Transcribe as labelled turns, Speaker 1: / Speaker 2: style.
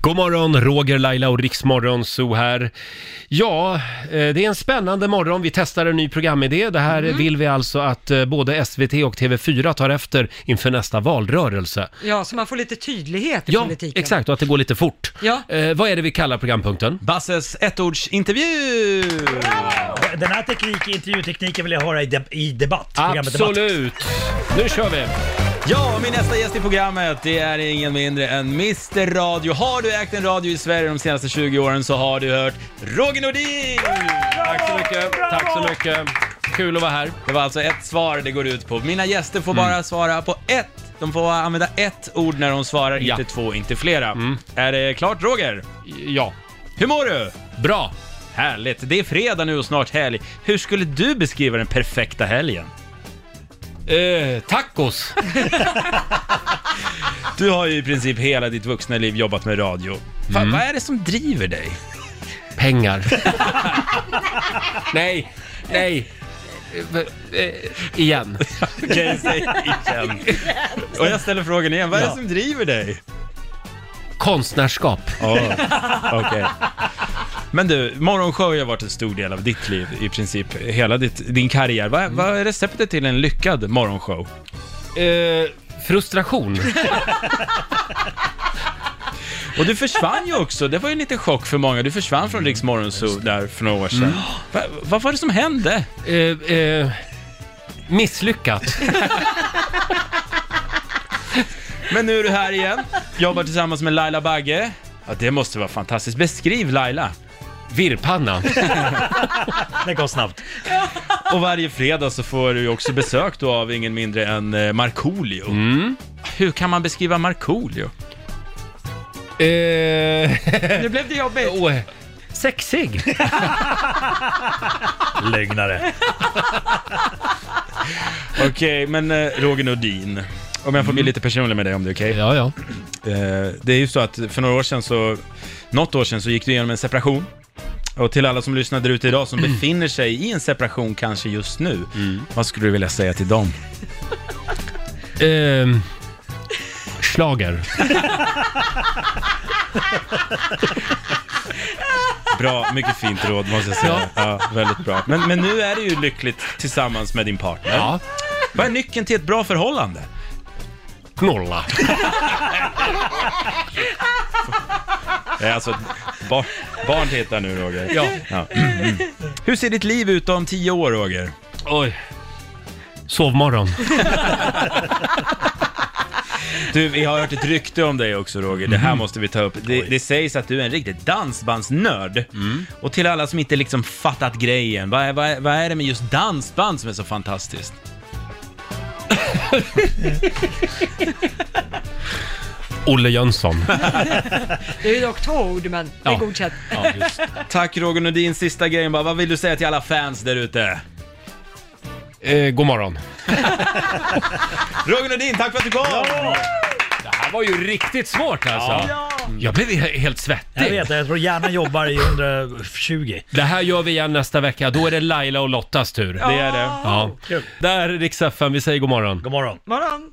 Speaker 1: God morgon, Roger, Laila och Riksmorgon Zoo här. Ja, eh, det är en spännande morgon. Vi testar en ny programidé. Det här vill vi alltså att eh, både SVT och TV4 tar efter inför nästa valrörelse.
Speaker 2: Ja, så man får lite tydlighet i
Speaker 1: Ja,
Speaker 2: politiken.
Speaker 1: exakt, och att det går lite fort.
Speaker 2: Ja.
Speaker 1: Eh, vad är det vi kallar programpunkten?
Speaker 3: Basses ettordsintervju!
Speaker 4: Den här teknik, intervjutekniken vill jag höra i, de, i debatt. programmet Debatt.
Speaker 1: Absolut! Nu kör vi!
Speaker 3: Ja, min nästa gäst i programmet, det är ingen mindre än Mr Radio. Har du ägt en radio i Sverige de senaste 20 åren så har du hört Roger Nordin!
Speaker 1: Tack så mycket, tack så mycket. Kul att vara här.
Speaker 3: Det var alltså ett svar det går ut på. Mina gäster får bara svara på ett. De får använda ett ord när de svarar,
Speaker 1: Ja.
Speaker 3: inte två, inte flera. Är det klart Roger?
Speaker 1: Ja,
Speaker 3: Hur mår du?
Speaker 1: bra.
Speaker 3: Härligt, det är fredag nu och snart helg. Hur skulle du beskriva den perfekta helgen?
Speaker 1: Eh, tacos.
Speaker 3: Du har ju i princip hela ditt vuxna liv jobbat med radio. Va, Vad är det som driver dig?
Speaker 1: Pengar. nej, nej. Eh, eh, igen.
Speaker 3: Okej, säg igen. Och jag ställer frågan igen, vad är det som driver dig?
Speaker 1: Konstnärskap.
Speaker 3: Okej. Men du, morgonshow har ju varit en stor del av ditt liv, i princip hela ditt, din karriär. Vad, vad är receptet till en lyckad morgonshow?
Speaker 1: Eh, frustration.
Speaker 3: Och du försvann ju också, det var ju en liten chock för många. Du försvann från Riks Morgonzoo där för några år sedan. Va, vad var det som hände?
Speaker 1: Eh, eh, misslyckat.
Speaker 3: Men nu är du här igen, jobbar tillsammans med Laila Bagge. Ja, det måste vara fantastiskt. Beskriv Laila.
Speaker 1: Virrpanna.
Speaker 4: Den kom snabbt.
Speaker 3: Och varje fredag så får du ju också besök då av ingen mindre än eh, Markoolio.
Speaker 1: Mm.
Speaker 3: Hur kan man beskriva Markoolio?
Speaker 1: Eh,
Speaker 2: Nu blev det jobbigt.
Speaker 1: åh, sexig.
Speaker 4: Lögnare.
Speaker 3: Okej, men eh, Roger Nordin. Om jag får bli lite personlig med dig om det är okej.
Speaker 1: Ja, Mm. ja.
Speaker 3: Eh, det är ju så att för några år sedan så, något år sedan så gick du igenom en separation. Och till alla som lyssnar där ute idag
Speaker 1: Mm.
Speaker 3: som befinner sig i en separation kanske just nu. Vad skulle du vilja säga till dem?
Speaker 1: Eh, Schlager.
Speaker 3: Bra, mycket fint råd måste jag säga. Ja, väldigt bra. Men, men nu är du ju lyckligt tillsammans med din partner.
Speaker 1: Ja.
Speaker 3: Vad är nyckeln till ett bra förhållande?
Speaker 1: Knulla.
Speaker 3: Det är alltså ett bar, barn tittar nu Roger.
Speaker 1: Ja.
Speaker 3: Ja. Hur ser ditt liv ut om tio år Roger?
Speaker 1: Oj. Sovmorgon.
Speaker 3: Du, vi har hört ett rykte om dig också Roger, det här måste vi ta upp. Det, det sägs att du är en riktig dansbandsnörd. Och till alla som inte liksom fattat grejen, vad är, vad, är, vad är det med just dansband som är så fantastiskt?
Speaker 1: Olle Jönsson.
Speaker 2: Det är ju dock två ord, men det är
Speaker 1: Ja.
Speaker 2: godkänt.
Speaker 3: Tack Roger Nordin, sista grejen bara, vad vill du säga till alla fans där ute?
Speaker 1: Eh, god morgon.
Speaker 3: Roger Nordin, tack för att du kom!
Speaker 1: Det här var ju riktigt svårt alltså. Jag blev he- helt
Speaker 4: Jag
Speaker 1: svettig.
Speaker 4: vet, jag tror hjärnan jobbar i 120.
Speaker 1: Det här gör vi igen nästa vecka. Då är det Laila och Lottas tur.
Speaker 3: Det är det.
Speaker 1: Ja.
Speaker 4: Kul.
Speaker 1: Där är Rix FM. Vi säger god morgon.
Speaker 4: God morgon.
Speaker 2: Morgon.